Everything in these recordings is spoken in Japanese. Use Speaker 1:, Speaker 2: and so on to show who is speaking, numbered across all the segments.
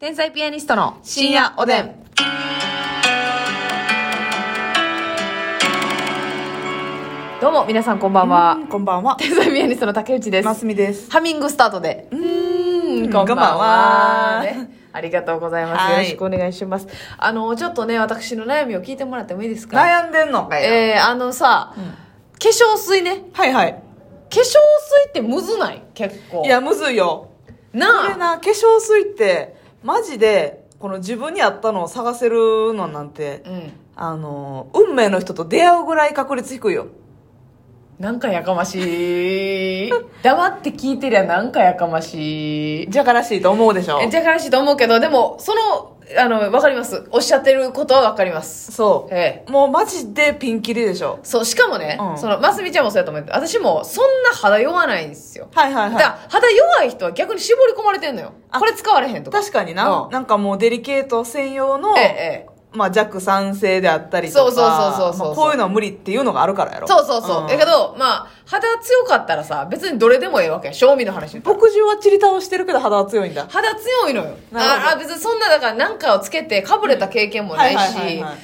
Speaker 1: 天才ピアニストの深夜おでん。どうも、皆さんこんばんは
Speaker 2: う。んこんばんは。
Speaker 1: 天才ピアニストの竹内です
Speaker 2: ます。みです。
Speaker 1: ハミングスタートで。うーん、
Speaker 2: こんばんは
Speaker 1: ねありがとうございます。
Speaker 2: はい
Speaker 1: よろしくお願いします。あの、ちょっとね、私の悩みを聞いてもらってもいいですか
Speaker 2: 悩んでんのかいな
Speaker 1: えー、あのさ、
Speaker 2: うん
Speaker 1: 化粧水ね。
Speaker 2: はいはい。
Speaker 1: 化粧水ってむずない結構。
Speaker 2: いや、むずいよ。これ
Speaker 1: なあ。
Speaker 2: な、化粧水って、マジで、この自分に合ったのを探せるのなんて、
Speaker 1: うん。
Speaker 2: あの、運命の人と出会うぐらい確率低いよ。
Speaker 1: なんかやかましい。黙って聞いてりゃなんかやかましい。
Speaker 2: じゃからしいと思うでしょ
Speaker 1: えじゃからしいと思うけど、でも、その、あの、わかります。おっしゃってることはわかります。
Speaker 2: そう、
Speaker 1: え
Speaker 2: もうマジでピンキリでしょ。
Speaker 1: そう、しかもね、
Speaker 2: うん
Speaker 1: その、ますみちゃんもそうやと思うけど、私もそんな肌弱ないんですよ。
Speaker 2: はいはい
Speaker 1: だから
Speaker 2: は
Speaker 1: 肌弱い人は逆に絞り込まれてんのよ。
Speaker 2: あ
Speaker 1: これ使われへんと
Speaker 2: い。
Speaker 1: か。
Speaker 2: 確かにな、
Speaker 1: うん
Speaker 2: なんかもうデリケート専用の、
Speaker 1: ええ、ええ。
Speaker 2: まあ弱酸性であったりとか、
Speaker 1: そうそうそうそうそう
Speaker 2: まあこういうのは無理っていうのがあるからやろ。
Speaker 1: そうそうそう。
Speaker 2: ん
Speaker 1: だけど、まあ、肌強かったらさ、別にどれでもええわけや。賞味の話言ったら
Speaker 2: 墨汁は散り倒してるけど肌は強いん だ。
Speaker 1: 肌強いのよ
Speaker 2: なるほど
Speaker 1: ああ別にそんなだから何かをつけてかぶれた経験もない
Speaker 2: うんはいはい
Speaker 1: し
Speaker 2: は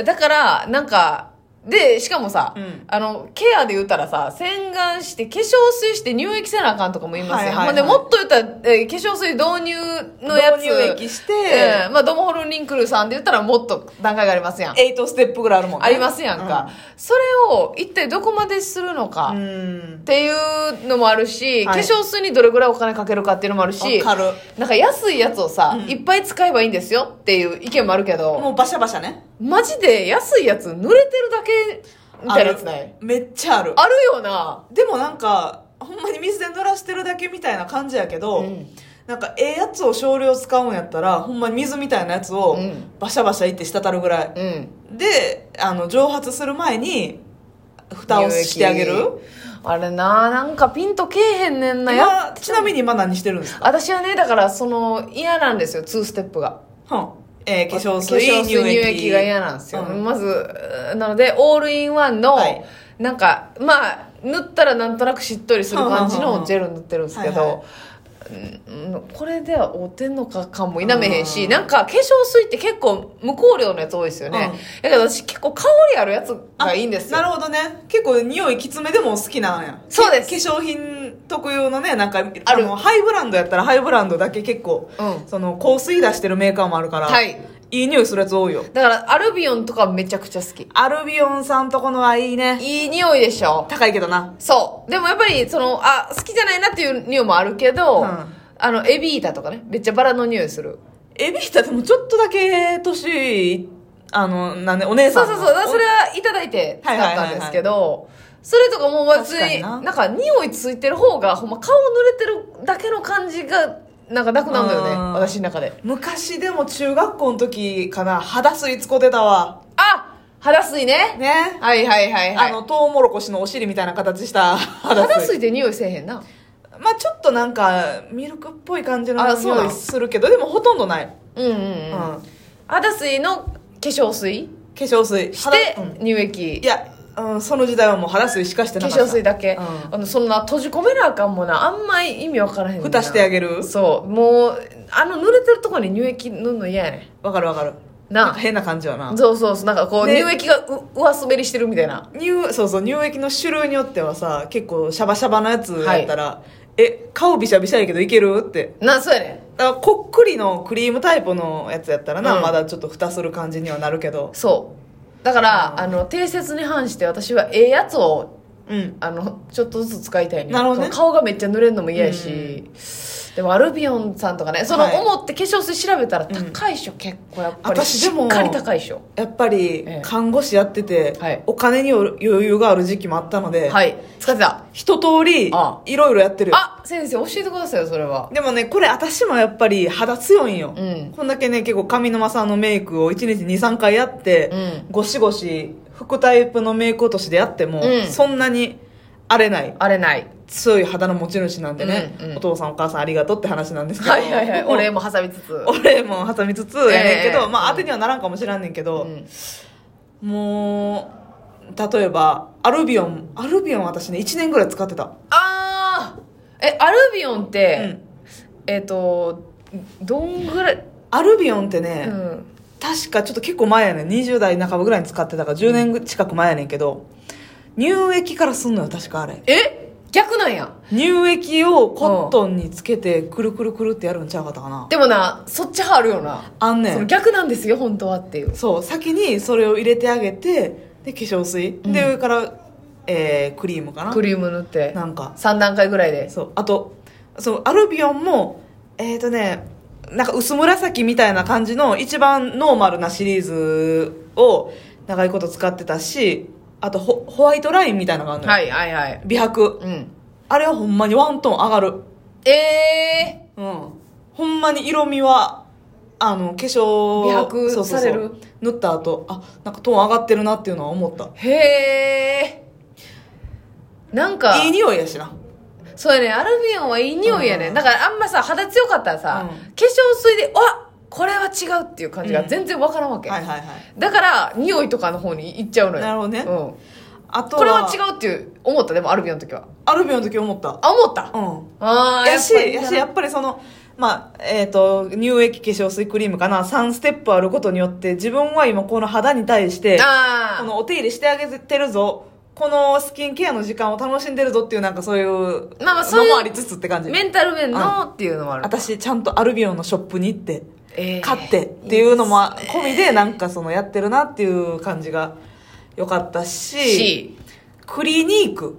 Speaker 2: い
Speaker 1: だからなんかでしかもさ、
Speaker 2: うん
Speaker 1: あのケアで言ったらさ洗顔して化粧水して乳液せなあかんとかも言いますよ、
Speaker 2: はいはいはい
Speaker 1: ほんでもっと言ったら、えー化粧水導入のやつ
Speaker 2: 導入液して
Speaker 1: うんまあ、ドモホルンリンクルさんで言ったらもっと段階がありますやん
Speaker 2: 8ステップぐらいあるもんね。
Speaker 1: ありますやんか、それを一体どこまでするのか、
Speaker 2: うん。う
Speaker 1: っ
Speaker 2: ん。
Speaker 1: ていうのもあるし、
Speaker 2: はい
Speaker 1: 化粧水にどれぐらいお金かけるかっていうのもあるし
Speaker 2: わかる
Speaker 1: なんか安いやつをさ、いっぱい使えばいいんですよっていう意見もあるけど
Speaker 2: もうバシャバシャね。
Speaker 1: マジで安いやつ濡れてるだけみたいなやつない
Speaker 2: あるめっちゃある。
Speaker 1: あるよな
Speaker 2: でもなんか、ほんまに水で濡らしてるだけみたいな感じやけど、
Speaker 1: うん
Speaker 2: なんかええやつを少量使うんやったら、ほんまに水みたいなやつを
Speaker 1: うん
Speaker 2: バシャバシャいって滴るぐらい。
Speaker 1: うん
Speaker 2: で、あの、蒸発する前に、蓋をしてあげ
Speaker 1: 乳
Speaker 2: る
Speaker 1: 液あれななんかピンとけえへんねんなや
Speaker 2: 今ちなみに今何してるんですか、
Speaker 1: 私はねだからその嫌なんですよ2ステップが
Speaker 2: うんえー化粧水、
Speaker 1: 化粧水乳液が嫌なんですよ、
Speaker 2: うん
Speaker 1: まずうーなのでオールインワンの、
Speaker 2: はい
Speaker 1: なんかまあ塗ったらなんとなくしっとりする感じ
Speaker 2: はんはんはんは
Speaker 1: の
Speaker 2: ん
Speaker 1: ジェル塗ってるんですけ
Speaker 2: はいは
Speaker 1: ど、うんうんこれでは合うてんのか感も否めへんし、
Speaker 2: うん
Speaker 1: なんか化粧水って結構無香料のやつ多いですよね、だから私結構香りあるやつがいいんですよ
Speaker 2: なるほどね結構匂いきつめでも好きなんや
Speaker 1: そうです
Speaker 2: 化粧品特有のねなんか
Speaker 1: あ
Speaker 2: あ
Speaker 1: る
Speaker 2: のハイブランドやったらハイブランドだけ結構、
Speaker 1: うん
Speaker 2: その香水出してるメーカーもあるから、
Speaker 1: はい
Speaker 2: いい匂いするやつ多いよ
Speaker 1: だからアルビオンとかめちゃくちゃ好き
Speaker 2: アルビオンさんとこのはいいね
Speaker 1: いい匂いでしょ
Speaker 2: 高いけどな
Speaker 1: そう。でもやっぱり、その、あ、好きじゃないなっていう匂いもあるけど、
Speaker 2: うん
Speaker 1: あの、エビータとかね、めっちゃバラの匂いする。
Speaker 2: エビータでもちょっとだけ年いあのなんでお姉
Speaker 1: そ
Speaker 2: さ
Speaker 1: うんそうそう。だからそれはいただいて使ったんですけど、それとかもう別に、
Speaker 2: 確か
Speaker 1: な
Speaker 2: になん
Speaker 1: か匂いついてる方が、ほんま顔濡れてるだけの感じが、なんかなくなるのよね、
Speaker 2: うん
Speaker 1: 私の中で。
Speaker 2: 昔でも中学校の時かな肌水使ってたわ
Speaker 1: あ肌水ね。
Speaker 2: ね、
Speaker 1: はいはいはいはい。
Speaker 2: あのトウモロコシのお尻みたいな形した肌水
Speaker 1: 肌水って匂いせえへんな。
Speaker 2: まあちょっとなんかミルクっぽい感じの
Speaker 1: あそうな
Speaker 2: 匂
Speaker 1: の
Speaker 2: いするけどでもほとんどない、
Speaker 1: うんうん
Speaker 2: う
Speaker 1: うんん。
Speaker 2: 化
Speaker 1: 肌水の化粧水
Speaker 2: 粧水
Speaker 1: し
Speaker 2: 肌
Speaker 1: て
Speaker 2: うん
Speaker 1: 乳液
Speaker 2: いや、うん、その時代はもう肌水しかして
Speaker 1: 化
Speaker 2: なかった
Speaker 1: 粧水だけ、
Speaker 2: うん
Speaker 1: あのそんな閉じ込めなあかんもなあんま意味わからへんねんな
Speaker 2: 蓋してあげる
Speaker 1: そうもうあの濡れてるとこに乳液塗るの嫌やね
Speaker 2: わかるわかるなん
Speaker 1: な
Speaker 2: か変な感じは
Speaker 1: あ
Speaker 2: な
Speaker 1: そうそうそうなんかこう、
Speaker 2: で
Speaker 1: 乳液がう上滑りしてるみたいな
Speaker 2: 乳そうそう乳液の種類によってはさ結構シャバシャバのやつやったら、え顔ビシャビシャやけどいけるって
Speaker 1: なそうやね
Speaker 2: だからこっくりのクリームタイプのやつやったらな、
Speaker 1: うん
Speaker 2: まだちょっと蓋する感じにはなるけど
Speaker 1: そうだから、あの定説に反して私はええやつを
Speaker 2: うん
Speaker 1: あのちょっとずつ使いたいね
Speaker 2: なるほどね
Speaker 1: その顔がめっちゃ濡れるのも嫌やし、でもアルビオンさんとかねその
Speaker 2: はい
Speaker 1: 思って化粧水調べたら高いっしょ、結構やっぱり
Speaker 2: 私でも
Speaker 1: しっかり高いっしょ
Speaker 2: やっぱり
Speaker 1: ええ
Speaker 2: 看護師やってて、
Speaker 1: はい
Speaker 2: お金による余裕がある時期もあったので、
Speaker 1: はい使ってた
Speaker 2: 一通り
Speaker 1: ああ
Speaker 2: いろいろやってるよ
Speaker 1: あ先生教えてくださいよそれは
Speaker 2: でもねこれ私もやっぱり肌強いんよ、
Speaker 1: うん
Speaker 2: こんだけね結構上沼さんのメイクを1日23回やって、
Speaker 1: う
Speaker 2: ゴシゴシ副タイプのメイク落としでやっても、
Speaker 1: うん
Speaker 2: そんなに荒れない
Speaker 1: あれない
Speaker 2: 強い肌の持ち主なんでね、
Speaker 1: うんうん
Speaker 2: お父さんお母さんありがとうって話なんですけど
Speaker 1: はいはいはいお礼
Speaker 2: も
Speaker 1: も挟みつつ
Speaker 2: お礼も挟みつつやねんけど、
Speaker 1: ええ
Speaker 2: まあ当てにはならんかもしらんねんけど、
Speaker 1: うん
Speaker 2: もう例えばアルビオンアルビオン私ね1年ぐらい使ってた
Speaker 1: ああえアルビオンって、
Speaker 2: うん
Speaker 1: えっ、とどんぐらい
Speaker 2: アルビオンってね、
Speaker 1: うん
Speaker 2: 確かちょっと結構前やねん20代半ばぐらいに使ってたから10年近く前やねんけど乳液からすんのよ確かあれ
Speaker 1: え逆なんや
Speaker 2: 乳液をコットンにつけてくるくるくるってやるんちゃうかったかな
Speaker 1: でもなそっち派あるよな
Speaker 2: あんね
Speaker 1: その
Speaker 2: ん
Speaker 1: 逆なんですよ本当はっていう
Speaker 2: そう先にそれを入れてあげてで化粧水、で上から、えークリームかな
Speaker 1: クリーム塗って
Speaker 2: なんか
Speaker 1: 3段階ぐらいで
Speaker 2: そうあとそのアルビオンもえっ、ー、とねなんか薄紫みたいな感じの一番ノーマルなシリーズを長いこと使ってたしあとホホワイトラインみたいなのがあるのよ、
Speaker 1: はいはいはい
Speaker 2: 美白
Speaker 1: うん
Speaker 2: あれはほんまにワントーン上がる
Speaker 1: ええ
Speaker 2: うんほんまに色味はあの化粧
Speaker 1: 美白
Speaker 2: そうそうそう
Speaker 1: される
Speaker 2: 塗った後あなんかトーン上がってるなっていうのは思った
Speaker 1: ー、へえなんか
Speaker 2: いい匂いやしな
Speaker 1: そうやねアルビオンはいい匂いやね、
Speaker 2: うん
Speaker 1: だからあんまさ肌強かったらさ、
Speaker 2: うん
Speaker 1: 化粧水であこれは違うっていう感じが全然わからんわけ、
Speaker 2: はいはいはい
Speaker 1: だから匂いとかの方に行っちゃうのよ
Speaker 2: なるほどね
Speaker 1: うん、
Speaker 2: あと
Speaker 1: これは違うっていう思ったでもアルビオンの時は
Speaker 2: アルビオンの時思った
Speaker 1: あ思った、
Speaker 2: うん
Speaker 1: ああ
Speaker 2: やし、やし、やっぱりその、まあ、えっ、と、乳液化粧水クリームかな、3ステップあることによって、自分は今この肌に対して、
Speaker 1: ああ
Speaker 2: このお手入れしてあげてるぞ、このスキンケアの時間を楽しんでるぞっていうなんかそういう、
Speaker 1: まあまあそういう
Speaker 2: のもありつつって感じ。
Speaker 1: メンタル面のっていうのもある、
Speaker 2: 私、ちゃんとアルビオンのショップに行って、
Speaker 1: えー
Speaker 2: 買ってっていうのも込みで、なんかそのやってるなっていう感じが良かったし、
Speaker 1: し
Speaker 2: クリニーク。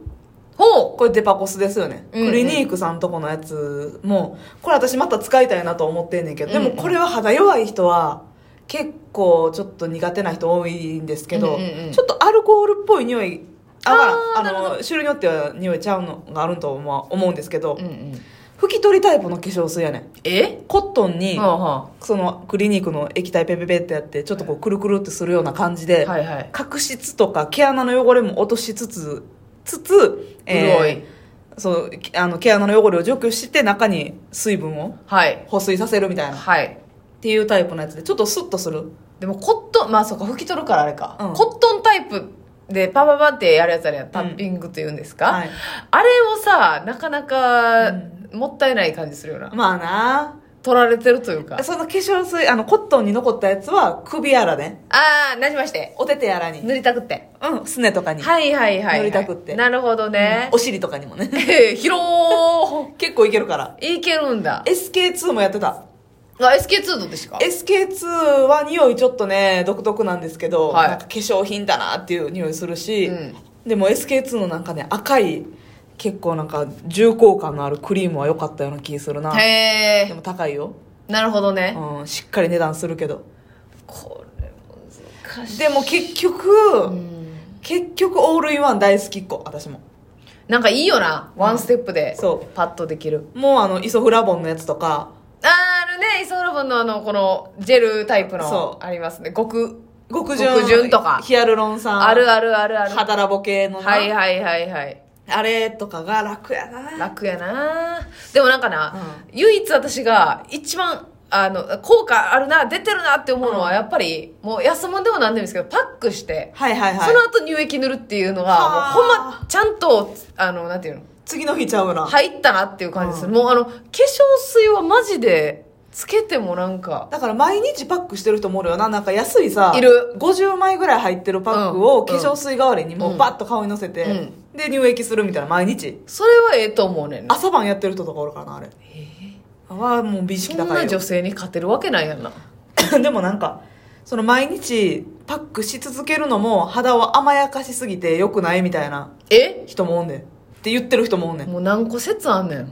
Speaker 1: ほう
Speaker 2: これデパコスですよね、
Speaker 1: うんうん
Speaker 2: クリニークさんとこのやつもこれ私また使いたいなと思ってんねんけど、で
Speaker 1: うんう
Speaker 2: も
Speaker 1: ん
Speaker 2: これは肌弱い人は結構ちょっと苦手な人多いんですけど、
Speaker 1: うんうんうん
Speaker 2: ちょっとアルコールっぽい匂いあ
Speaker 1: あー
Speaker 2: わからんあの種類によっては匂いちゃうのがあると思う思うんですけど、
Speaker 1: うんうん
Speaker 2: 拭き取りタイプの化粧水やねん
Speaker 1: え
Speaker 2: コットンに、
Speaker 1: はあは
Speaker 2: そのクリニークの液体ペペペってやってちょっとこうくるくるってするような感じで、
Speaker 1: あはいはい
Speaker 2: 角質とか毛穴の汚れも落としつつつつ、
Speaker 1: 潤い
Speaker 2: そうきあの毛穴の汚れを除去して中に水分を
Speaker 1: はい
Speaker 2: 保水させるみたいなっ
Speaker 1: はい
Speaker 2: ていうタイプのやつでちょっとスッとする
Speaker 1: でもコットンまあそうか拭き取るからあれか、
Speaker 2: うん
Speaker 1: コットンタイプでパパパってやるやつあれやんタッピングというんですか、
Speaker 2: はい
Speaker 1: あれをさなかなか
Speaker 2: うん
Speaker 1: もったいない感じするよな、
Speaker 2: まあな
Speaker 1: 取られてるというか
Speaker 2: あその化粧水あのコットンに残ったやつは首やらね
Speaker 1: ああなじまして
Speaker 2: お手手やらに
Speaker 1: 塗りたくって
Speaker 2: うんすねとかに、
Speaker 1: はいはいはい、はい、
Speaker 2: 塗りたくって
Speaker 1: なるほどね
Speaker 2: お、尻とかにもね
Speaker 1: えー広
Speaker 2: 結構いけるから
Speaker 1: ーいけるんだ
Speaker 2: SK2 もやってた
Speaker 1: あ SK2 のですか
Speaker 2: SK2 は匂いちょっとね独特なんですけど、
Speaker 1: はい
Speaker 2: なんか化粧品だなっていう匂いするし、
Speaker 1: うん
Speaker 2: でも SK2 のなんかね赤い結構なんか重厚感のあるクリームは良かったような気するな
Speaker 1: へ
Speaker 2: で
Speaker 1: え
Speaker 2: も高いよ、
Speaker 1: なるほどね、
Speaker 2: うん、しっかり値段するけど
Speaker 1: これ難しい
Speaker 2: でも結局、
Speaker 1: うん
Speaker 2: 結局オールインワン大好きっ子私も
Speaker 1: なんかいいよなワンステップで、
Speaker 2: そ
Speaker 1: パッとできる
Speaker 2: もうあのイソフラボンのやつとか
Speaker 1: あーあるねイソフラボンのあのこのジェルタイプ
Speaker 2: そ
Speaker 1: のありますね極
Speaker 2: 極潤
Speaker 1: 極潤とか
Speaker 2: ヒアルロン酸
Speaker 1: あるあるあるある
Speaker 2: 肌ラボ系のな、
Speaker 1: はいはいはいはい
Speaker 2: あれとかが楽やな
Speaker 1: 楽やなでもなんかな、唯一私が一番あの効果あるな出てるなって思うのはやっぱり、もう安物でもなんでもいいんですけどパックして、
Speaker 2: はいはいはい
Speaker 1: その後乳液塗るっていうのが
Speaker 2: はあ
Speaker 1: もうほんまちゃんとあのなんていうの
Speaker 2: 次の日ちゃうな、
Speaker 1: 入ったなっていう感じでする、もうあの化粧水はマジでつけてもなんか
Speaker 2: だから毎日パックしてる人もおるよななんか安いさ
Speaker 1: いる
Speaker 2: 50枚ぐらい入ってるパック
Speaker 1: うん
Speaker 2: を化粧水代わりにも
Speaker 1: うん
Speaker 2: うパッと顔にのせて、
Speaker 1: うん
Speaker 2: で乳液するみたいな毎日
Speaker 1: それはええと思うねんな
Speaker 2: 朝晩やってる人とかおるからなあれはもう美意識
Speaker 1: そん
Speaker 2: 高
Speaker 1: ない
Speaker 2: よ
Speaker 1: 女性に勝てるわけないやんな
Speaker 2: でもなんかその毎日パックし続けるのも肌を甘やかしすぎて良くないみたいな
Speaker 1: え
Speaker 2: 人もおんねんって言ってる人もおんねん
Speaker 1: もう何個説あんねんもう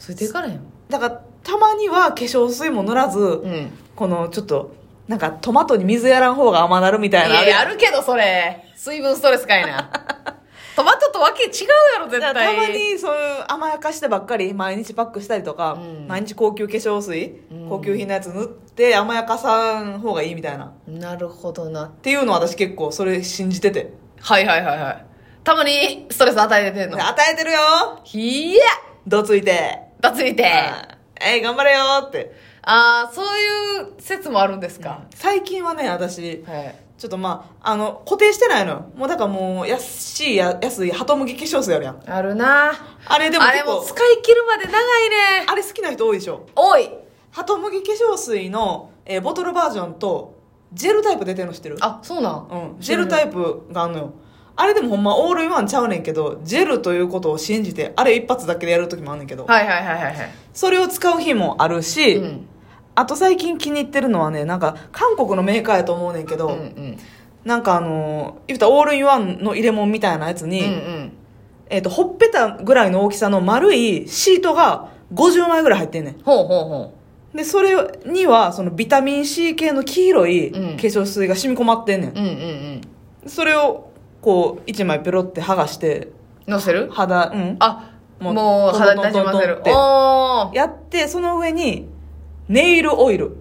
Speaker 1: ついていかれへん
Speaker 2: だからたまには化粧水も塗らず、
Speaker 1: うん
Speaker 2: このちょっとなんかトマトに水やらん方が甘なるみたい
Speaker 1: い
Speaker 2: な
Speaker 1: や、やるけど、それ。水分ストレスかいな。 トマトとわけ違うやろ、絶
Speaker 2: だ
Speaker 1: 対。
Speaker 2: からたまにそういう甘やかしてばっかり毎日パックしたりとか、
Speaker 1: うん
Speaker 2: 毎日高級化粧水、
Speaker 1: うん
Speaker 2: 高級品のやつ塗って甘やかさん方がいいみたいなっ
Speaker 1: なるほどな。
Speaker 2: ていうのは私結構それ信じてて
Speaker 1: はいはいはいはい。たまにストレス与えてんの。
Speaker 2: 与えてるよ
Speaker 1: ひや
Speaker 2: どついて、
Speaker 1: だついて。
Speaker 2: うんえい頑張れよって
Speaker 1: ああ、そういう説もあるんですか。
Speaker 2: 最近はね私
Speaker 1: はい。
Speaker 2: ちょっとまああの固定してないのよもうだからもう安いや安いハトムギ化粧水あるやん
Speaker 1: あるな。
Speaker 2: あれでも
Speaker 1: あれ
Speaker 2: 結構
Speaker 1: も使い切るまで長いね。
Speaker 2: あれ好きな人多いでしょ
Speaker 1: おい。
Speaker 2: ハトムギ化粧水の、えーボトルバージョンと、ジェルタイプ出てるの知ってる
Speaker 1: あそうなん、
Speaker 2: うん。ジェルタイプがあんのよ。あれでもほんまオールインワンちゃうねんけど、ジェルということを信じて、あれ一発だけでやるときもあんねんけど、
Speaker 1: はいはいはいはいはい
Speaker 2: それを使う日もあるし、
Speaker 1: うん
Speaker 2: あと最近気に入ってるのはね、なんか韓国のメーカーやと思うねんけど、
Speaker 1: うんうん
Speaker 2: なんかあのー言うたらオールインワンの入れ物みたいなやつに、
Speaker 1: うんうん
Speaker 2: えっ、と、ほっぺたぐらいの大きさの丸いシートが50枚ぐらい入ってんねん。
Speaker 1: ほうほうほ
Speaker 2: で、それには、そのビタミン C 系の黄色い化
Speaker 1: うん
Speaker 2: 粧水が染み込まってんねん
Speaker 1: う。うんうんうん
Speaker 2: それを、こう、1枚ペロって剥がして、
Speaker 1: のせる
Speaker 2: 肌、うん。
Speaker 1: あ
Speaker 2: も
Speaker 1: も
Speaker 2: う
Speaker 1: う肌になじませ
Speaker 2: ト
Speaker 1: る
Speaker 2: ントントントンって
Speaker 1: おー
Speaker 2: やって、その上に、ネイルオイル。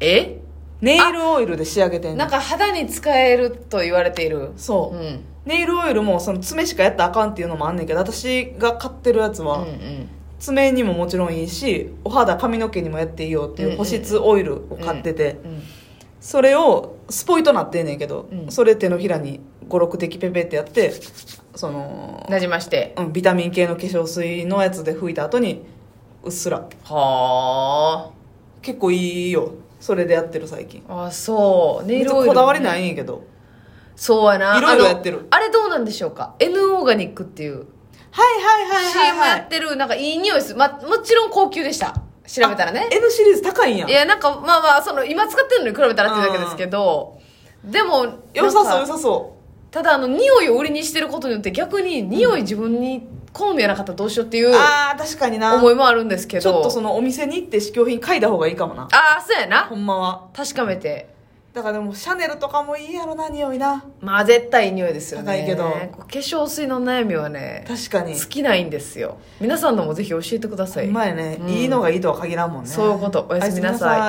Speaker 1: え
Speaker 2: ネイルオイルで仕上げてんね
Speaker 1: なん
Speaker 2: ん。
Speaker 1: か肌に使えると言われている
Speaker 2: そうう。
Speaker 1: ん
Speaker 2: ネイルオイルも、その爪しかやったらあかんっていうのもあんねんけど、私が買ってるやつ
Speaker 1: う
Speaker 2: は、
Speaker 1: ん
Speaker 2: 爪にももちろんいいし、お肌、髪の毛にもやっていいよっていう保湿オイルを買ってて、
Speaker 1: うん
Speaker 2: それをスポイトなってんねんけど、
Speaker 1: うん
Speaker 2: それ手のひらに56滴ペペってやってその、
Speaker 1: なじまして
Speaker 2: うん、ビタミン系の化粧水のやつで拭いた後にうっすら
Speaker 1: は
Speaker 2: 結構いいよそれでやってる最近
Speaker 1: ああそうネイ
Speaker 2: 別
Speaker 1: ル
Speaker 2: に
Speaker 1: オイル
Speaker 2: こだわりないいんやけど
Speaker 1: そうやない
Speaker 2: ろいろやってる
Speaker 1: あのあれどうなんでしょうか N オーガニックっていう
Speaker 2: はいはいはいはい
Speaker 1: CM
Speaker 2: は
Speaker 1: や
Speaker 2: い
Speaker 1: ってるなんかいい匂いするまもちろん高級でした調べたらね
Speaker 2: あ N シリーズ高いんや
Speaker 1: いやなんかまあまあその今使ってるのに比べたらっていうだけですけどでも
Speaker 2: 良さそう
Speaker 1: な
Speaker 2: 良
Speaker 1: んか
Speaker 2: さそ
Speaker 1: ただあの匂いを売りにしてることによって逆に匂い自分に好みやなかったらどうしようっていうう
Speaker 2: あー確かにな
Speaker 1: 思いもあるんですけど
Speaker 2: ちょっとそのお店に行って試供品嗅いだ方がいいかもな
Speaker 1: ああそうやな
Speaker 2: ほんまは
Speaker 1: 確かめて
Speaker 2: だからでもシャネルとかもいいやろな匂いな
Speaker 1: まあ絶対いい匂いですよね
Speaker 2: 高いけど
Speaker 1: こう化粧水の悩みはね
Speaker 2: 確かに
Speaker 1: 尽きないんですよ皆さんのもぜひ教えてくださ
Speaker 2: う
Speaker 1: い
Speaker 2: まいね、
Speaker 1: うん
Speaker 2: いいのがいいとは限らんもんね
Speaker 1: そういうことおやすみなさい
Speaker 2: おやすみなさい